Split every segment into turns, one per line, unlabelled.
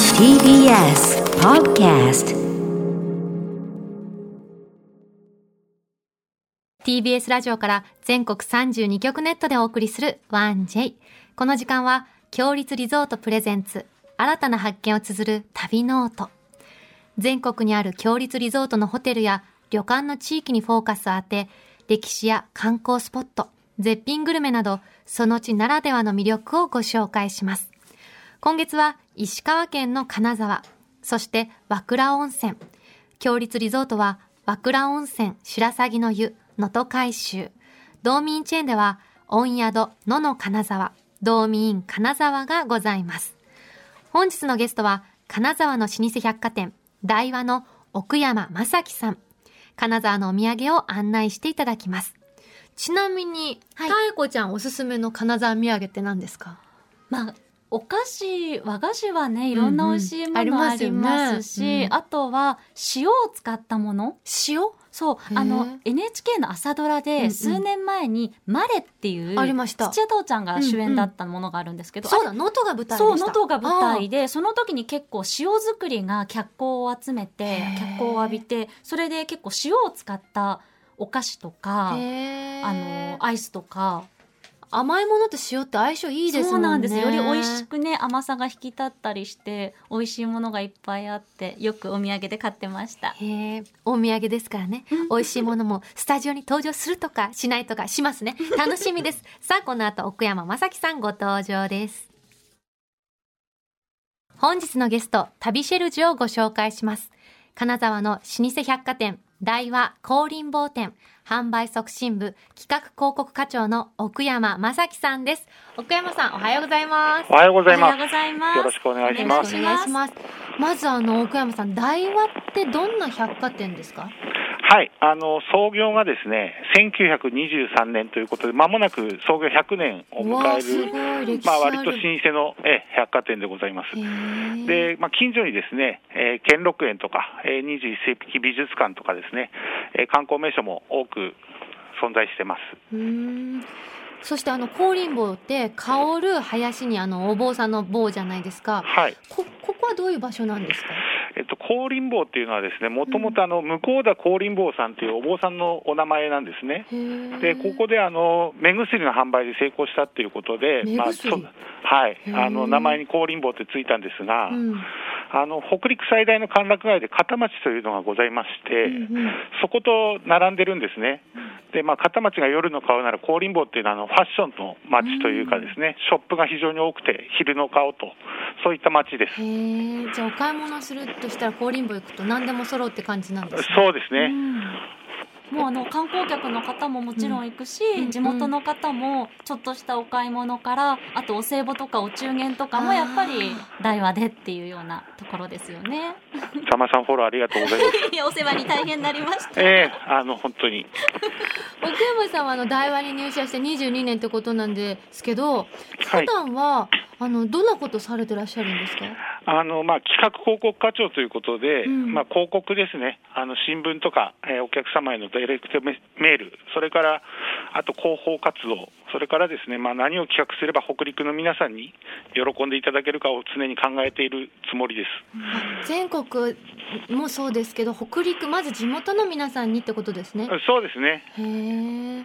TBS Podcast
TBS ラジオから全国32局ネットでお送りする 1J。この時間は、強立リゾートプレゼンツ、新たな発見を綴る旅ノート。全国にある強立リゾートのホテルや旅館の地域にフォーカスを当て、歴史や観光スポット、絶品グルメなど、その地ならではの魅力をご紹介します。今月は石川県の金沢、そして和倉温泉。強立リゾートは和倉温泉白鷺の湯、能登海舟。道民チェーンでは温宿野の金沢、道民金沢がございます。本日のゲストは金沢の老舗百貨店大和の奥山正樹さん金沢のお土産を案内していただきますちなみに、
はい
妙子ちゃんおすすめの金沢土産って何ですか
まあお菓子和菓子はねいろんな美味し
うん
いも
うん
の
あ
あ
り
り
ますよね
ますし、
うん
あとは塩を使ったもの
塩
そう
へー
あの NHK の朝ドラ
うんうん
で数年前に「マレ」っていう
ありました
土屋太鳳ちゃんが主演だったものがあるんですけど、
そう
あ
だ能登が舞台でした
れそう能登が舞
あー
台でその時に結構塩作りが脚光を集めて
へー
脚光を浴びてそれで結構塩を使ったお菓子とか
へー
あのアイスとか
甘いものと塩って相性いいですもんね
そうなんですより美味しくね甘さが引き立ったりして美味しいものがいっぱいあってよくお土産で買ってました
へえ、お土産ですからね。美味しいものもスタジオに登場するとかしないとかしますね。楽しみです。さあ、この後奥山正樹さんご登場です。本日のゲスト、旅シェルジュをご紹介します。金沢の老舗百貨店、大和光林坊店、販売促進部企画広告課長の奥山正樹さんです。奥山さん、おはようございます。
おはようご
お
ざいます。
うございま
よろしくお願いしま
お
す。
願いし
ます。まずあの奥山さん、大和ってどんな百貨店ですか？
はい、あの創業がですね、1923年ということで、まもなく創業100年を
うわ
迎
あす
え
ご
る、
い歴史
まあ
あ
割
る。
と老舗のええ百貨店でございます。
へえ
で、まあ、近所にですね、えー兼六園とか、えー21世紀美術館とかですね、えー観光名所も多く存在してます。
うーんそしてあの光林坊って香る林にあのお坊さんの坊じゃないですか。
はい。
こここはどういう場所なんですか？
えっと、香林坊っていうのはですね、もともとあの、向田香林坊さんというお坊さんのお名前なんですね。
へえ
でここであの目薬の販売で成功したっていうことで、
目薬
そうはい
へ、ー
あの名前に香林坊ってついたんですが、
うん
あの北陸最大の歓楽街で片町というのがございまして、
うんうん
そこと並んでるんですね、でまあ、片町が夜の顔なら香林坊っていうのはあのファッションの街というかですね、ショップが非常に多くて昼の顔とそういった街です。
へえじゃあお買い物するとしたら光林坊行くと何でも揃うって感じなんですね。
そうですね、
うんもうあの観光客の方ももちろん行くし、
うん
地元の方もちょっとしたお買い物からあとお歳暮とかお中元とかもやっぱり大和でっていうようなところですよね
たまさんフォローありがとうございます。
い やお世話に大変になりました
ええあの本当に
奥山さんはあの大和に入社して22年ってことなんですけど、普段は、あのどんなことされてらっしゃるんですか？
あのまあ、企画広告課長ということで、
うん
まあ、広告ですね、あの新聞とか、えーお客様へのダイレクトメメール、それからあと広報活動、それからですね、まあ、何を企画すれば北陸の皆さんに喜んでいただけるかを常に考えているつもりです。
全国もそうですけど北陸まず地元の皆さんにってことですね。
そうですね、
へえ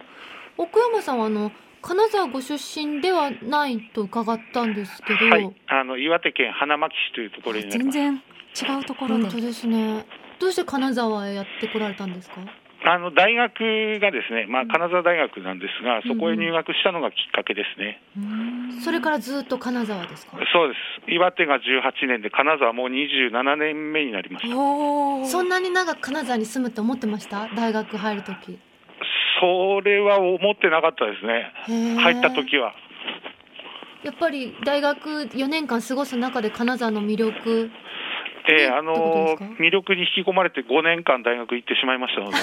奥山さんはあの金沢ご出身ではないと伺ったんですけど、
はい、あの岩手県花巻市というところになり
全
ます。
然違うところ
本
で
当ですねどうして金沢へやってこられたんですか
あの大学がですね、まあ、金沢大学なんですが、そこへ入学したのがきっかけですね。
それからずっと金沢ですか
そうです岩手が18年で金沢もう27年目になります
おー
そんなに長く金沢に住むって思ってました大学入る時
それは思ってなかったですね、入
入
った時は。
やっぱり大学4年間過ごす中で金沢の魅力
ええ
え
あ
ってこ
の
とですか
魅力に引き込まれて5年間大学行ってしまいました ので、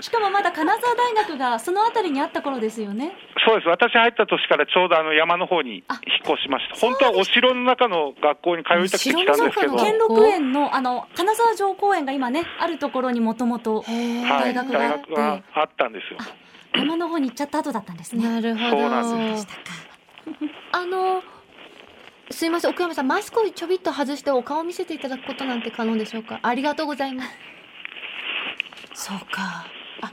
しかもまだ金沢大学がその辺りにあった頃ですよ ね
そうです、私入った年からちょうどあの山の方に引っ越しました、本当はお城の中の学校に通いたくて来たんですけど、
お城の中
兼
の
六園のあの金沢城公園が今ねあるところにもともと
へえ、
は
大
い、
学が
大
あっ
学があったんですよ。
山の方に行っちゃった後だったんで
て
すね
なるほど
そうなん
でしたか
あのすいません、奥山さん、マスクをちょびっと外してお顔を見せていただくことなんて可能でしょうか。ありがとうございます。 そうか。あ、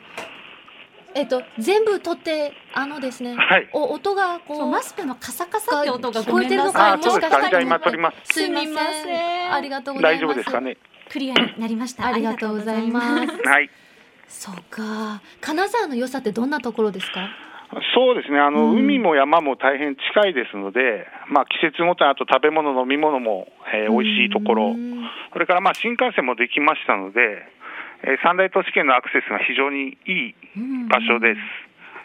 えっ、と、全部取って、あのですね、
はい
お音がこ、
そううマスクのカサカサって音が
聞
ご
こえ
め
て
ん
る
な
の
さ
か、
い
あそうです
もしかしたら
あれで今撮ります
すみませ
すいませ
ん。
ん
ありがとうございます。
大丈夫ですかね。
クリアになりました。
ありがとうござい
あ
ま
り
す
がとうござい。
はい
そうか。金沢の良さってどんなところですか。
そうですねあの、
うん
海も山も大変近いですので、まあ、季節ごとにあと食べ物、飲み物も、えー美味しいとこ
う
ろ
ん、
それからまあ新幹線もできましたので、えー三大都市圏のアクセスが非常にいい場所です。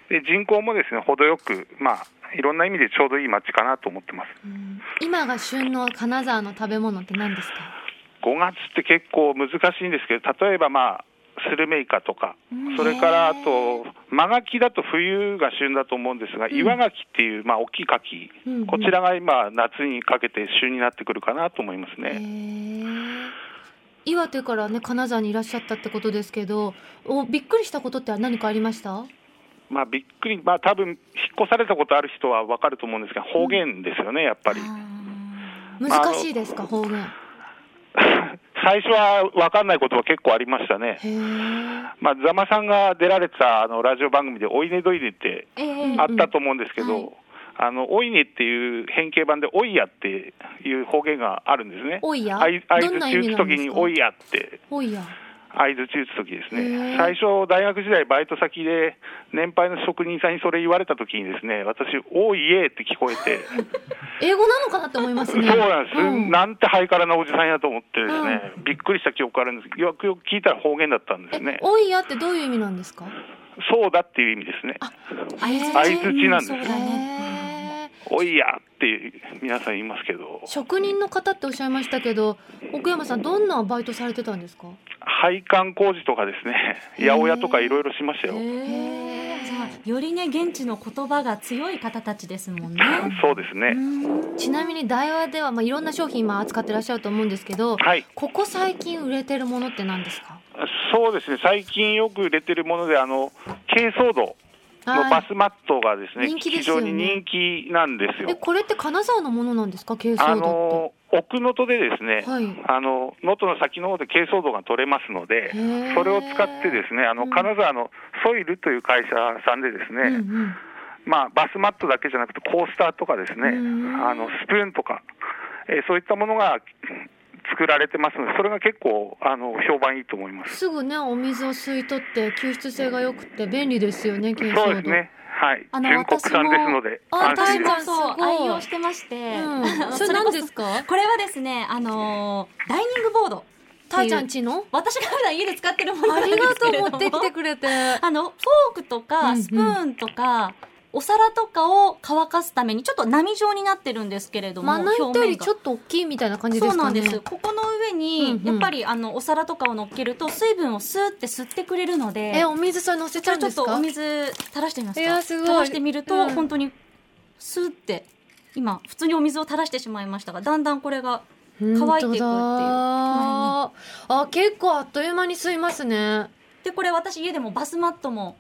で人口もですね程よく、まあ、いろんな意味でちょうどいい街かなと思ってます。
うん今が旬の金沢の食べ物って何ですか。
5月って結構難しいんですけど例えばまあスルメイカとか
うん
それからあとマガキだと冬が旬だと思うんですが、岩ガキっていうまあ大きいカキ、
うんうん
こちらが今夏にかけて旬になってくるかなと思いますね、
へえ岩手からね金沢にいらっしゃったってことですけどおびっくりしたことって何かありました
まあびっくりまあ多分引っ越されたことある人はわかると思うんですが方言ですよねやっぱり、
難しいですか方言へ
最初はわかんないことは結構ありましたね
え
まあ、ざまさんが出られたあのラジオ番組で「おいねどいね」って
ええ
あったと思うんですけど、
はい
あのおいねっていう変形版でおいやっていう方言があるんですね。
おいや
あい相
どんな意
槌
味
打つ
なん
時
です
に
か
おいやって
おいや
相槌打つ時です
へ
ね。
ー
最初大学時代バイト先で年配の職人さんにそれ言われた時にですね、私おいえって聞こえて、
英語なのかなって思います
そう
ね
なんです、
うん
なんてハイカラなおじさんやと思ってですね、びっくりした記憶があるんですけど、よくよく聞いたら方言だったんです
え
ね。
おいやってどういう意味なんですか
そうだっていう意味ですね。
相
槌なんです
そう
ね
だね。
へえ
おいやって皆さん言いますけど。
職人の方っておっしゃいましたけど奥山さんどんなバイトされてたんですか
配管工事とかですね、
へー
八百屋とかいろいろしましたよ。
へえ
じゃあよりね現地の言葉が強い方たちですもんね。
そうです
う
ね。
ん
ちなみに大和では、まあ、いろんな商品今扱ってらっしゃると思うんですけど、
はい。
ここ最近売れてるものって何ですか
そうですね、最近よく売れてるもので、あの、軽装度のバ
は
スマットがですね、
人気で
非
すよ
常
ね
に人気なんです
い
よ。
えこれって金沢のものなんですか軽装
あ
度っ
の、奥能登でですね
て、はい
あの、能登の先の方で軽装度が取れますので、
へー
それを使ってですね、あ
う
の、
ん
金沢のソイルという会社さんでです
うんう
ね、
ん
まあ、バスマットだけじゃなくて、コースターとかですね、
うん
あのスプーンとか、えーそういったものが作られてますので、それが結構あの評判いいと思います。
すぐねお水を吸い取って吸出性が良くて便利ですよね軽装度
そうですね、はい、
あの
純国産ですので、
私もあ
私
安心
も
です。
そう
すごい
愛用してまして、
うん、そ
そ
れ
れこ
何で
そ
すか
これはですねあのーダイニングボード
たーちゃんちの
私が普段家で使ってるもの
あ
なんで
りが
す
と
けれども
う持ってきてくれ て
あの、フォークと
うんう
か、
ん
スプーンとか、お皿とかを乾かすために、ちょっと波状になってるんですけれども、
まな板よりちょ
っ
っと大きいみたいな感
と
じです
そ
か
う
ね
なんです。ここの上
う
に
ん、うん
やっぱり、あの、お皿とかを乗っけると、水分をスーって吸ってくれるので、
えお水それ乗せち
ち
ゃ
ょ
うんで
っ
すか
とお水垂らしてみますか
いやすごい
垂らしてみると、
うん
本当に、スーって、今、普通にお水を垂らしてしまいましたが、だんだんこれが、
乾いていくって
乾いて
い。
いくっていうう
あ、結構あっという間に吸いますね。
で、これ私家でもバスマットも、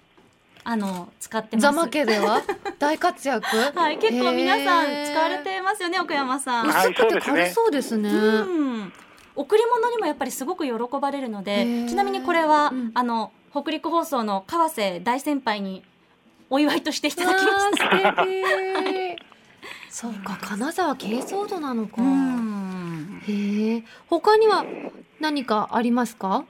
あの、使ってます。
ざま家では大活躍。
はい、結構皆さん使われてますよね、奥山さん。
は
薄
い
く
そ
て
うですね
軽そうですね。
うん、贈り物にもやっぱりすごく喜ばれるの
へ
で
ー
ちなみにこれは、
うん
あの北陸放送の川瀬大先輩にお祝いとしていただきました。
わあ素敵。 そうか金沢軽装度なのか。
うん
へえ。他には何かありますか？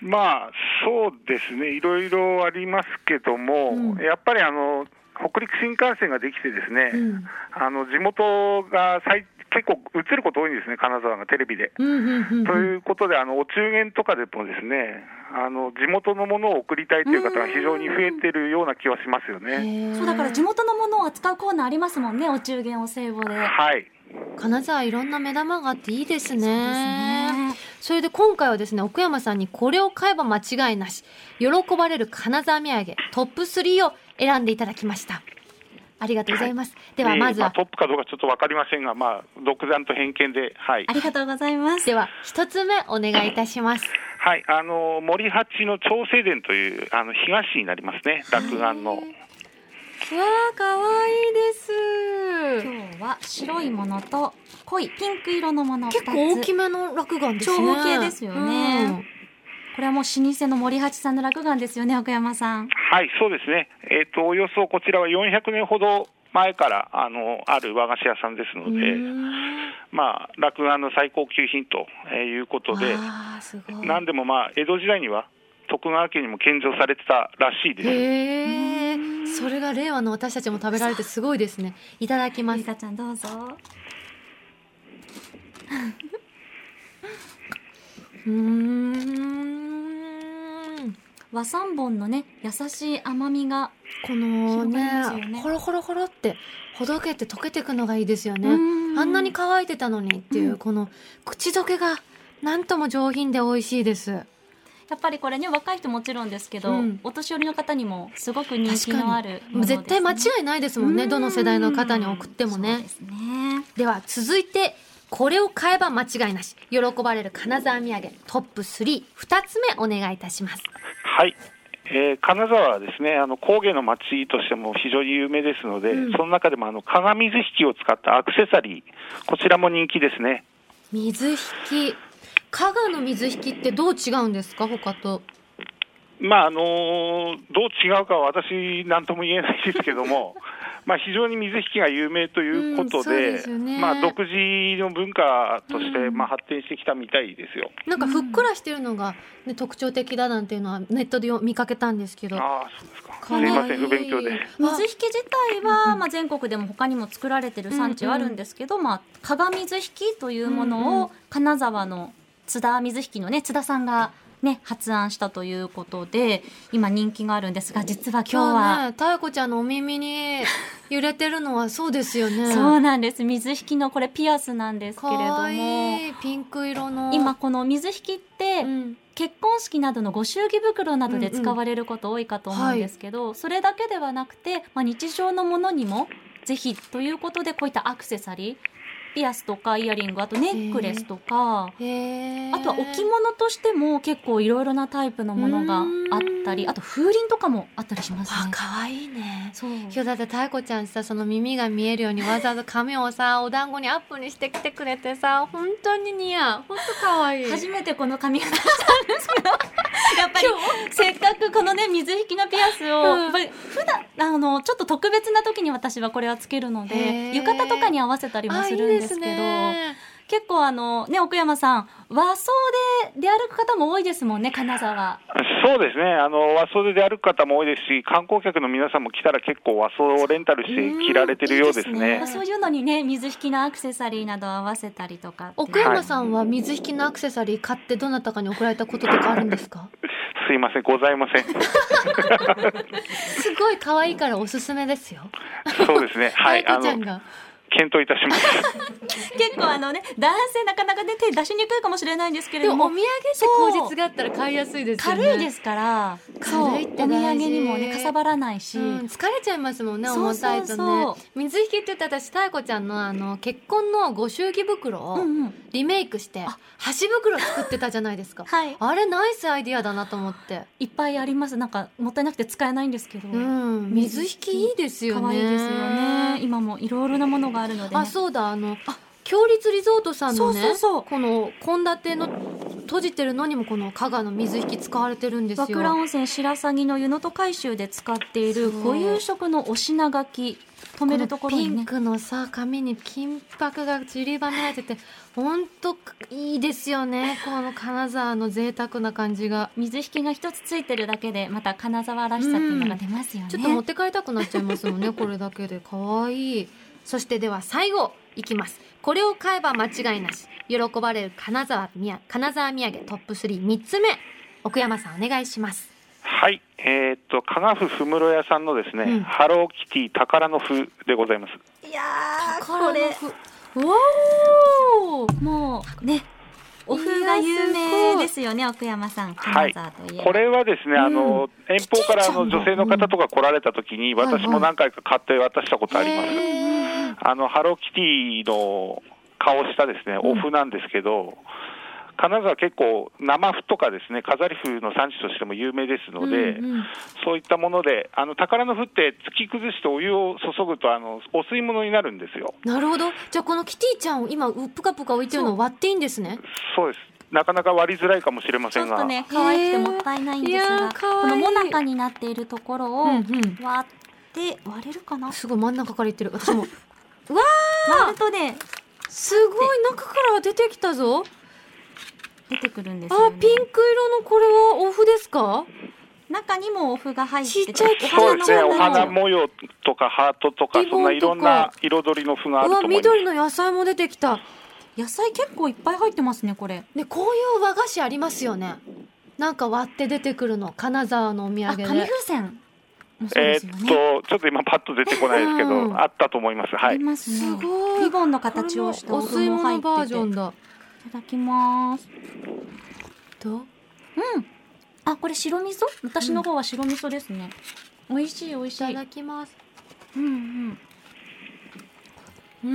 まあ、そうですね、いろいろありますけども、
うん
やっぱりあの北陸新幹線ができてですね、
うん
あの地元が最結構映ること多いんですね、金沢がテレビで。
うんうんうん
と
うん。
いうことで、あのお中元とかでもですね、あの地元のものを送りたいという方が非常に増えてるような気はしますよね。
へえ
そうだから地元のものを扱うコーナーありますもんねお中元お歳暮で。
はい、
金沢いろんな目玉があっていいですね。
ですね
それで今回はですね、奥山さんにこれを買えば間違いなし、喜ばれる金沢土産トップ3を選んでいただきました。ありがとうございます。では
えー
まず
あ
は、
トップかどうかちょっと分かりませんが、まあ、独断と偏見で、はい
ありがとうございます
で。は一つ目お願いいたします。
はい、あの森八の長生殿というあの東になりますね、落雁の。
あ、かわいいです。
今日は白いものと濃いピンク色のもの2つ
結構大きめの落眼ですね。
長方形ですよねこれはもう老舗の森八さんの落眼ですよね奥山さん
はい、そうですね。えっ、と、およそこちらは400年ほど前から、あの、ある和菓子屋さんです
う
の
ん。
で、
うん
まあ、落眼の最高級品とえーいうことで、
わあ、すごい。
なんでもまあ、江戸時代には徳川家にも献上されてたらしいです。
へえ、それが令和の私たちも食べられてすごいですね。いただきま
森
す。
田ちゃんどうぞ
うーん。
和三本のね優しい甘みが
この
広がりますよ
ね
ね
ほろほろほろってほどけて溶けていくのがいいですよね
うん
あんなに乾いてたのにっていう、
うん
この口どけがなんとも上品で美味しいです
やっぱりこれね若い人もちろんですけど、
うん
お年寄りの方にもすごく人気
確かに
のあるも
もう
のですね、
絶対間違いないですもんねどの世代の方に送っても
そう
ね
ですね
では続いてこれを買えば間違いなし喜ばれる金沢土産トップ32つ目お願いいたします
はい。えー金沢はですね、あの工芸の町としても非常に有名ですので、
うん
その中でもあの鏡水引を使ったアクセサリー、こちらも人気ですね。
水引き加賀の水引きってどう違うんですか他と
まああのどう違うかは私、なんとも言えないですけど も、まあ非常に水引きが有名ということ
うんそうで
で、
すよね
まあ、独自の文化として、
うん
まあ、発展してきたみたいですよ。
なんかふっくらしてるのが、ね、特徴的だなんていうのはネットでよ見かけたんですけど。
ああ、そうですか。
か
す
わ
い
い
ません、不勉強で。
水引き自体は、まあ、全国でも他にも作られてる産地はあるんですけど、まあ、鏡水引きというもの
うん
を金沢の津田水引きのね津田さんが、ね、発案したということで今人気があるんですが実は今日は。
ね、たえこちゃんのお耳に揺れてるのはそうですよね。
そうなんです水引きのこれピアスなんですけ
か
れど
わ
も
いいピンク色の。
今、この水引きって、
うん、
結婚式などのご祝儀袋などで使われること多いかと思うんですけど、それだけではなくて、まあ、日常のものにもぜひということでこういったアクセサリーピアスとかイヤリングあとネックレスとか、
へえ。
あとは置物としても結構いろいろなタイプのものがあった
う
り
ん
あと風鈴とかもあったりします
あ
ね。
可愛いね。
そう
今日だってたえこちゃんさその耳が見えるようにわざわざ髪をさお団子にアップにしてきてくれてさ本当に似合う本当可愛い。
初めてこの髪型したんです けどやっぱりせっかくこのね水引きのピアスを、
うん
やっぱり普段あのちょっと特別な時に私はこれはつけるの
へー
で浴衣とかに合わせたりも
あ
す
いい
るん
で
ですすけど
ね。
結構あのね奥山さん和装で出歩く方も多いですもんね金沢
そうですね、あの和装で出歩く方も多いですし、観光客の皆さんも来たら結構和装をレンタルして着られてるようです
う
ね
まあ。そういうのにね水引きのアクセサリーなどを合わせたりとかっていう
奥山さんは水引きのアクセサリー買ってどなたかに送られたこととかあるんですか
すいません、ございま せん。
すごい可愛いからおすすめですよ。
そうですね、はい、
タイ
あ
コちゃん
の
が。
検討いたします。
結構あのね男性なかなかね手出しにくいかもしれないんですけれ
で
ど
もお
も
土産って口実があったら買いやすいですよね。。
軽いですすからそう
軽いって
お土産
大事
にもねかさばらないし、
うん、疲れちゃいますもんね
そ
重
う
た
そ
いうと
そう
ね水引きって言って私妙子ちゃんのあの結婚のご祝儀袋
う
を
んうん、
リメイクして
あ
箸袋作ってたじゃないですか
はい
あれナイスアイディアだなと思って、
いっぱいありますなんかもったいなくて使えないんですけど、
うん、水引きいいですよね
可愛いですよね今もいろいろなものがあるので、ね、
あそうだあの強立リゾートさんのね
そうそうそう
この献立の閉じてるのにもこの加賀の水引き使われてるんですよ
和倉温泉白鷺の湯の戸改修で使っている
そう
ご夕食のお品書き止めるところに
ピン
ね
クのさ髪に金箔が散りばめられてて本当いいですよねこの金沢の贅沢な感じが
水引きが一つついてるだけでまた金沢らしさっていうのが出ますよね、
ちょっと持って帰りたくなっちゃいますも んねこれだけで可愛いそしてでは最後いきますこれを買えば間違いなし喜ばれる金沢みや金沢土産トップ33つ目奥山さんお願いします
はい、えーっと、加賀府ふむろ屋さんのですね、
うん
ハローキティ宝の風でございます。
いやー
宝の符
おーもうねお風が有名ですよね奥山さん
は
金
い
沢といえば、
これはですね、あの、遠方からあの
キティちゃんだ
女性の方とか来られた時に、
んはいはい
私も何回か買って渡したことあります。
へー
あの、ハローキティの顔したですね、お麩なんですけど、金沢結構生麩とかですね飾り麩の産地としても有名ですので、
うんうん
そういったものであの宝の麩って突き崩してお湯を注ぐとあのお吸い物になるんですよ
なるほど。じゃあこのキティちゃんを今うぷかぷか浮いてるのを割っていいんですね。
そうですなかなか割りづらいかもしれま
ち
せ
ょ
ん
っ
が
とね可愛くてもったいないんです
へーい
が、
やー可愛い
このもなかになっているところを
うんう
割
ん。
って割れるかな
すごい真ん中からいってる。 私も。
割るとね
すごい中から出てきたぞ。
出てくるんで
あ
すよ、ね、
ピンク色のこれはお麩ですか？
中にもお麩が入ってて
ちっちゃいお花
そうですね
の
お
花
花模様とかハートとか
リ
そん
ボ
な
ン
い
とか
ろんな彩りの麩があ
う
ると
わ
思います
緑の野菜も出てきた。
野菜結構いっぱい入ってますねこれ
ねこういう和菓子ありますよね。なんか割って出てくるの金沢のお土
あ
産
紙
で。
風船もそう
え
で
ー
す
っ
よ
と
ね、
ちょっと今パッと出てこないですけど、
うん
あったと思います
あ
は
り
い
ますね
すごい。
リボンの形をした
これもお吸い
お麩も入
物
ってて
バージョンだ。
いただきます
どう？
うんあこれ白味噌私の方は白味噌ですね、美味しい美味し
いた
い
だきます。
うんうん
うー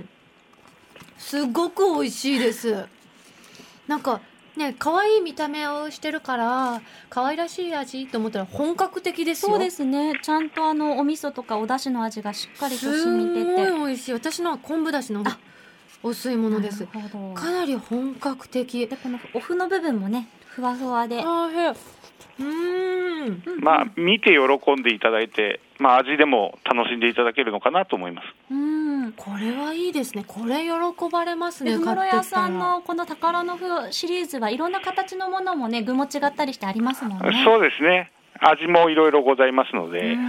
ん。すごく美味しいです。なんか、ね、可愛い見た目をしてるから、可愛らしい味と思ったら本格的ですよ。。
そうですすねちゃんとあのお味噌とかお出汁の味がしっかりと
す
染みてて
ごい美味しい。私のは昆布だしの
あ
お吸い物です。
なるほど
かなり本格的
で。このお麩の部分もねふわふわで、
あーへうーん。
うん
まあ見て喜んでいただいて、まあ、味でも楽しんでいただけるのかなと思います
うん
これはいいですね。これ喜ばれます
で
ね。
ふ
買
も
って
ろ
きたら
屋さんのこの宝の麩シリーズはいろんな形のものもね具も違ったりしてありますもんね。
そうですね味もいろいろございますので、
うん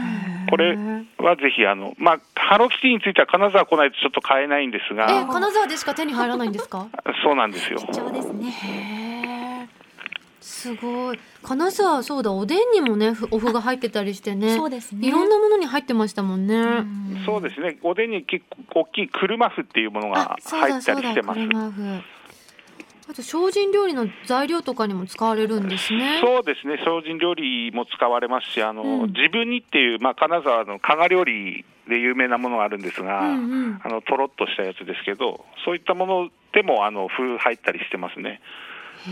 これはぜひあの、まあ、ハローキティについては金沢来ないとちょっと買えないんです
え、
が
金沢でしか手に入らないんですか？
そうなんですよ
貴重ですね。
へえすごい金沢そうだおでんにもねふお麩が入ってたりしてね
そうですね。
いろんなものに入ってましたもんね、
うん
そうですねおでんに結構大きい車麩っていうもの
あ
が
そう
入
だ
った
そう
り
だ
してます
車麩あと精進料理の材料とかにも使われるんですね
そうですね精進料理も使われますしあの、
うん
自分にっていう、まあ、金沢の加賀料理で有名なものがあるんですが、
うんうん
あのとろっとしたやつですけどそういったものでもあの風入ったりしてますね
へ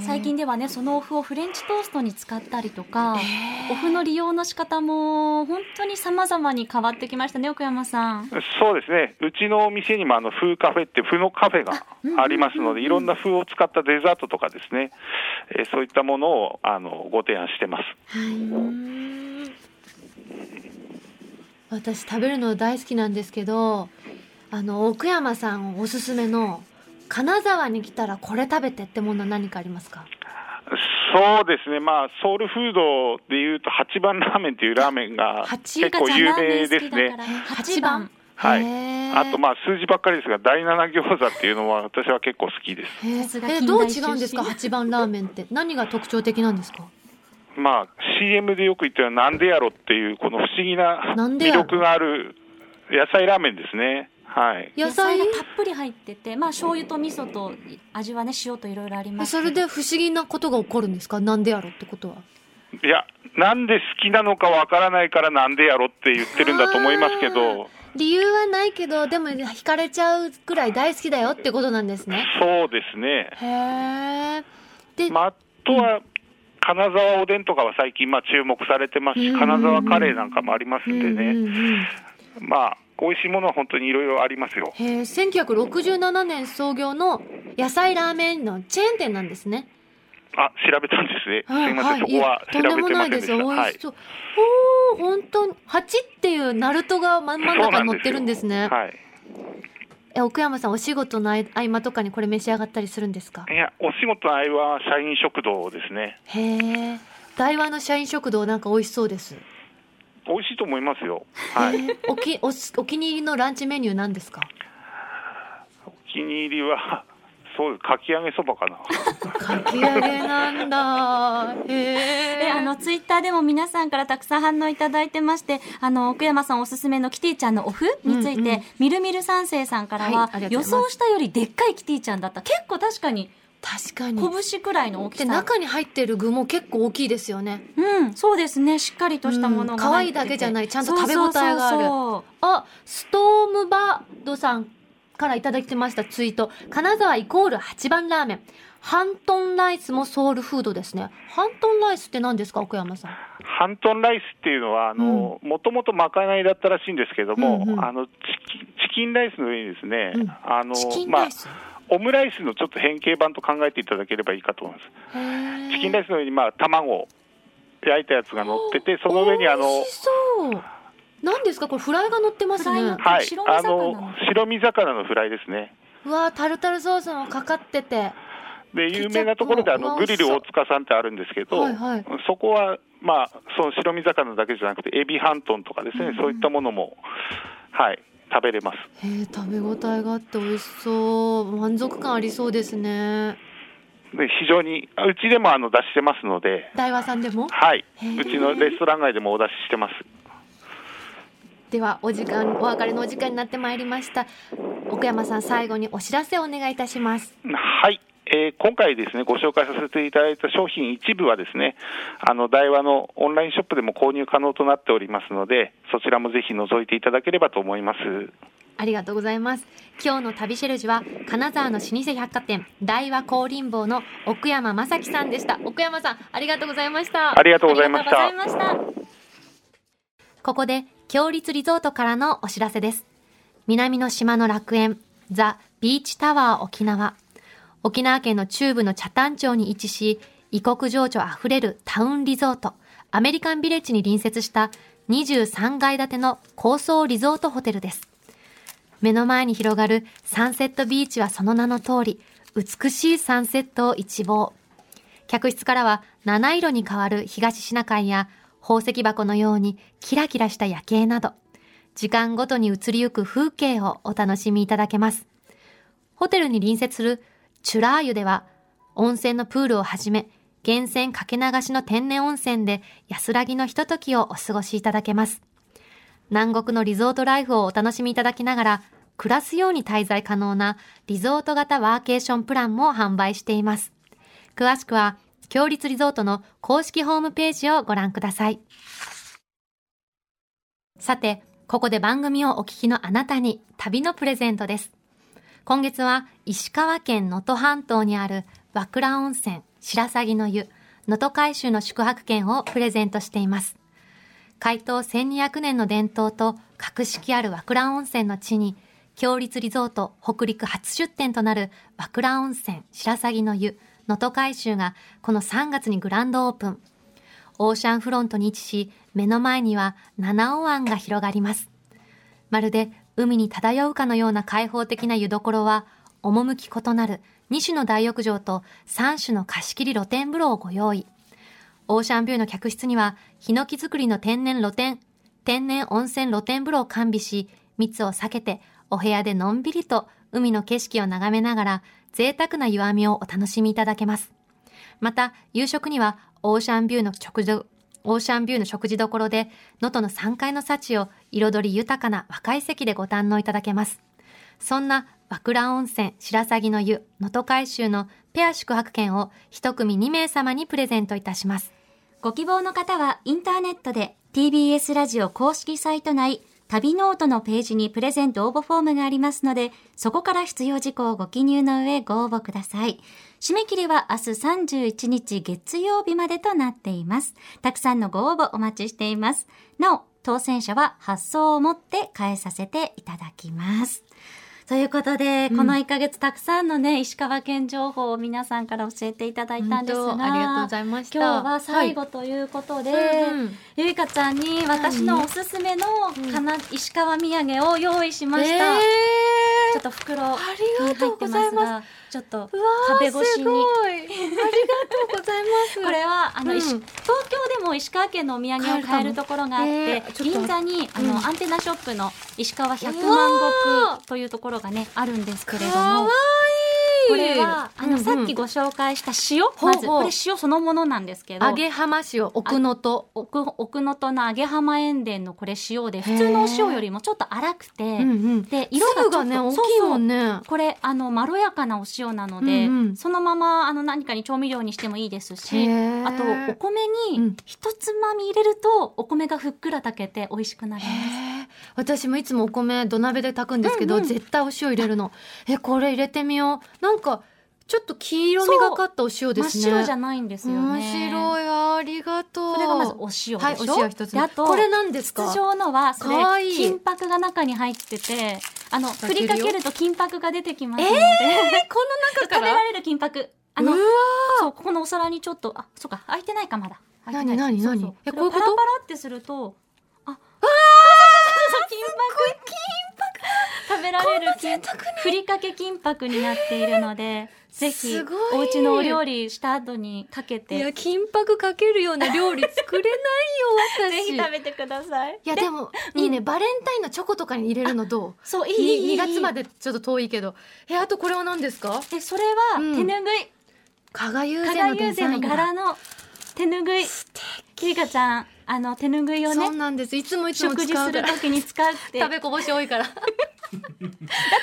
え
最近ではねそのお麩をフレンチトーストに使ったりとか、
へ
お麩の利用の仕方も本当に様々に変わってきましたね奥山さん。
そうですねうちのお店にもあの風カフェって風のカフェがありますのでいろんな風を使ったデザートとかですね、えーそういったものをあのご提案してます
はい私食べるの大好きなんですけどあの奥山さんおすすめの金沢に来たらこれ食べてってものは何かありますか
そうですね、まあ、ソウルフードでいうと、八番ラーメンっていうラーメンが
八
結構有名
が
で
ちゃ
す
んラーメン好きだか
ね。
らね。八番。
はい
へー
あとまあ数字ばっかりですが、第七餃子っていうのは私は結構好きです。
へ
さすが
ーえ
近
どう
代
違うんですか
出身
八番ラーメンって何が特徴的なんです か
まあ CM でよく言ってるのはなんでやろっていうこの不思議な
なんでや
魅
ろ
力がある野菜ラーメンですね。はい。
野菜
がたっぷり入ってて、まあ醤油と味噌と味はね塩といろいろありますけ
そ
ど。
れで不思議なことが起こるんですかなんでやろってことはい
や、なんで好きなのかわからないからなんでやろって言ってるんだと思いますけど、
理由はないけどでも惹かれちゃうくらい大好きだよってことなんですね
そうですね。
へえで、
まあ、あとは、金沢おでんとかは最近まあ注目されてますし、
うん
金沢カレーなんかもありますんで
うんうん
ね、
うん
まあ、美味しいものは本当にいろいろありますよ。
へえ1967年創業の野菜ラーメンのチェーン店なんですね
あ、調べたんですね。す
はい
みません、そ
い
こは
と
調
んで
べ
も
て
な
ま
い
せんで
で
し
す
た。
よ。美
は
味
い
し。そう。おお、本当に八っていうナルトが真ん真ん中に乗ってるんですね。
はい。
え、奥山さん、お仕事の合合間とかにこれ召し上がったりするんですか
い。や、お仕事の合は社員食堂ですね。
へえ。台湾の社員食堂なんか美味しそうです。
美味しいと思いますよ。はい。
へえおき、おす、お気に入りのランチメニューなん ですか。
お気に入りは、そうです、かき揚げそばかな。
かき揚げなんだ。へえ。
であのツイッターでも皆さんからたくさん反応いただいてましてあの奥山さんおすすめのキティちゃんのお麩について、
うんうん
みるみる三世さんから
はい
は、
ありがとう
予
ございます
想したよりでっかいキティちゃんだった結構確かに
確かに。
拳くらいの大き
で、
さ、
中に入ってる具も結構大きいですよね。
うん、そうですねしっかりとしたものが
うん可
入
愛
ってて
いだけじゃないちゃんと食べ応えがある
そうそうそうそう
あ、ストームバードさんからいただきましたツイート。金沢イコール8番ラーメン。ハントンライスもソウルフードですね。ハントンライスって何ですか、奥山さん。
ハントンライスっていうのは、あの、もともとまかないだったらしいんですけども、
うんうん
あの、チキチキンライスの上にですね、
うん
あの
チキ、ン
ま
ラ
あ
イ、ス。
オムライスのちょっと変形版と考えていただければいいかと思います。チキンライスの上に、まあ、卵を焼いたやつが乗ってて、その上に、あ
美
の
味、しそう。何ですか、これフライが乗ってます
フライ
ね
の。
はい
白、身魚
あの
の、
白身魚のフライですね。
うわータルタルソースもかかってて。
で
ケチャッ
有
プ
名なところであ
う
の
わ
グリル大塚さんってあるんですけど、
はいはい
そこは、まあ、その白身魚だけじゃなくてエビハントンとかですね、そういったものも、はい、食べれます
へー食べ応えがあって美味しそう。満足感ありそうですね。
で非常にうちでもあの出してますので、
大和さんでも。
はい、
へー
うちのレストラン街でもお出ししてます
では、お時間、お別れのお時間になってまいりました。奥山さん、最後にお知らせをお願いいたします。
はい、えー今回ですねご紹介させていただいた商品一部はですねあの台湾のオンラインショップでも購入可能となっておりますのでそちらもぜひ覗いていただければと思います
ありがとうございます。今日の旅シェルジュは、金沢の老舗百貨店、大和光林坊の奥山正樹さんでした。奥山さん、ありがとうございました。
ありがとうございました
ありがとうございましたここで、強立リゾートからのお知らせです。南の島の楽園、ザ・ビーチタワー沖縄。沖縄県の中部の北谷町に位置し、異国情緒あふれるタウンリゾート、アメリカンビレッジに隣接した23階建ての高層リゾートホテルです。目の前に広がるサンセットビーチはその名の通り、美しいサンセットを一望。客室からは七色に変わる東シナ海や宝石箱のようにキラキラした夜景など、時間ごとに移りゆく風景をお楽しみいただけます。ホテルに隣接するチュラー湯では、温泉のプールをはじめ、源泉かけ流しの天然温泉で安らぎのひとときをお過ごしいただけます。南国のリゾートライフをお楽しみいただきながら、暮らすように滞在可能なリゾート型ワーケーションプランも販売しています。詳しくは、強立リゾートの公式ホームページをご覧ください。さて、ここで番組をお聞きのあなたに旅のプレゼントです。今月は石川県能登半島にある和倉温泉白鷺の湯、能登海州の宿泊券をプレゼントしています。開湯1200年の伝統と格式ある和倉温泉の地に、強立リゾート北陸初出店となる和倉温泉白鷺の湯、能登海州がこの3月にグランドオープン。オーシャンフロントに位置し、目の前には七尾湾が広がります。まるで海に漂うかのような開放的な湯どころは、趣異なる2種の大浴場と3種の貸し切り露天風呂をご用意。オーシャンビューの客室には、ヒノキ作りの天然露天、天然温泉露天風呂を完備し、密を避けて、お部屋でのんびりと海の景色を眺めながら、贅沢な湯あみをお楽しみいただけます。また、夕食には、オーシャンビューの食事、オーシャンビューの食事どころで、能登の3階の幸を彩り豊かな若い席でご堪能いただけます。そんな和倉温泉白鷺の湯能登海州のペア宿泊券を一組2名様にプレゼントいたします。
ご希望の方はインターネットで TBS ラジオ公式サイト内旅ノートのページにプレゼント応募フォームがありますので、そこから必要事項をご記入の上ご応募ください。締め切りは明日31日月曜日までとなっています。たくさんのご応募お待ちしています。なお、当選者は発送をもって返させていただきます。
ということで、この1ヶ月たくさんのね、石川県情報を皆さんから教えていただいたんですが、
本当ありがとうございました
今日は最後ということで、
はいうんうん
ゆいかちゃんに私のおすすめのかな、石川土産を用意しました。
えー
ちょっと袋
ありがとうございます
に入ってすがちょっと
うわー
壁越し
す
に。
ごいありがとうございます。
これはあの、
うん
石東京でも石川県のお土産を買えるところがあっ
買える
て
かもえーちょっと
銀座にあ
う
の、
ん
アンテナショップの石川百
うわ
万石というところがねあるん ですけれど
か
も
わいい
これはあの、
うんうん
さっきご紹介した塩
ほう
まず
ほう
これ塩そのものなんですけど
揚げ浜塩奥能登。
奥奥能登の揚げ浜塩田のこれ塩で普通のお塩よりもちょっと粗くて、
うんうん
で色がちょ
粒
っと
がね
そ
大
う
き
そう
いもんね。
これあのまろやかなお塩なので、
うんうん
そのままあの何かに調味料にしてもいいですし
へー
あとお米
う
に
ん
一つまみ入れるとお米がふっくら炊けて美味しくなります。
へー私もいつもお米土鍋で炊くんですけど、
うんうん
絶対お塩入れるのえこれ入れてみようなんかちょっと黄色みがかったお塩で
真っ
すね
白じゃないんですよね
面白いわありがとう
それがまずお塩でしょ、
はいお塩一つ
であと
これなんですか
筒状のはそれ
かわいい
金箔が中に入っててあの
かけ
振
る
り
よ
かけると金箔が出てきますので、
この中
食
か
べら
ら
れる金箔あ
あの
のそうここのお皿にちょっとあそうか開いてないかまだ開いてない
何何何
そうそう
え
これを
こういうこと
パラパラってするとああ金箔金箔食べられる金ふりかけ金箔になっているのでぜひ
すごい
お家のお料理した後にかけ
い
て
や金箔かけるような料理作れない
ぜ
よ私
ひ食べてください
いやでもいいねバレンタインのチョコとかに入れるのど
そういういいいいい
に
い
2月までちょっと遠いけどえあとこれは何ですか
でそれは
うん
手ぬぐい
加賀友
加
禅
賀
の
友
デザ
禅
イ
の
ンだ
柄の手ぬぐいきりかちゃんあの手ぬぐいを
そう
ね
なんですいつもいつも
食事
使
す
うか
る
ら
ときに使うって
食べこぼし多いから
あ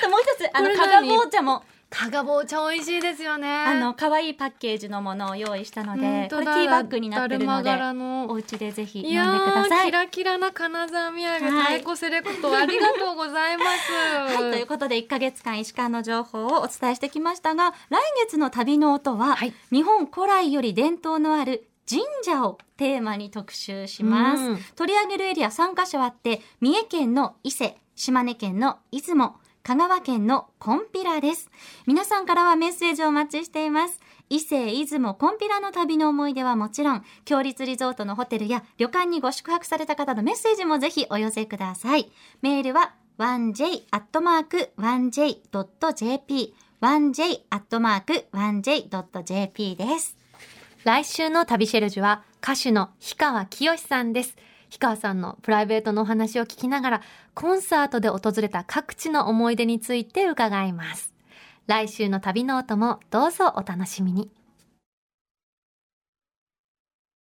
ともう一つ、あ
こ
の、
れ
かが
何
ぼう茶も、
加賀棒茶美味しいですよね
あの、可愛いパッケージのものを用意したの
本
で、こ
当
れテ
だ
ィーバッグになってるの
だ
で
るま、柄の
お家でぜひ飲ん
い
で
や
くだ
ー
さい。
キ
は
ラキラな金沢土産
はい
太鼓セレクトありがとうございます。
い、ということで、1ヶ月間石川の情報をお伝えしてきましたが、来月の旅の音は、
はい
日本古来より伝統のある神社をテーマに特集します。
うん
取り上げるエリア3カ所あって、三重県の伊勢、島根県の出雲、香川県のコンピラです。皆さんからはメッセージをお待ちしています。伊勢、出雲、コンピラの旅の思い出はもちろん、強立リゾートのホテルや旅館にご宿泊された方のメッセージもぜひお寄せください。メールは 1j.1j.jp 1j.1j.jp です。
来週の旅シェルジュは歌手の氷川きよしさんです。氷川さんのプライベートのお話を聞きながら、コンサートで訪れた各地の思い出について伺います。来週の旅ノートもどうぞお楽しみに。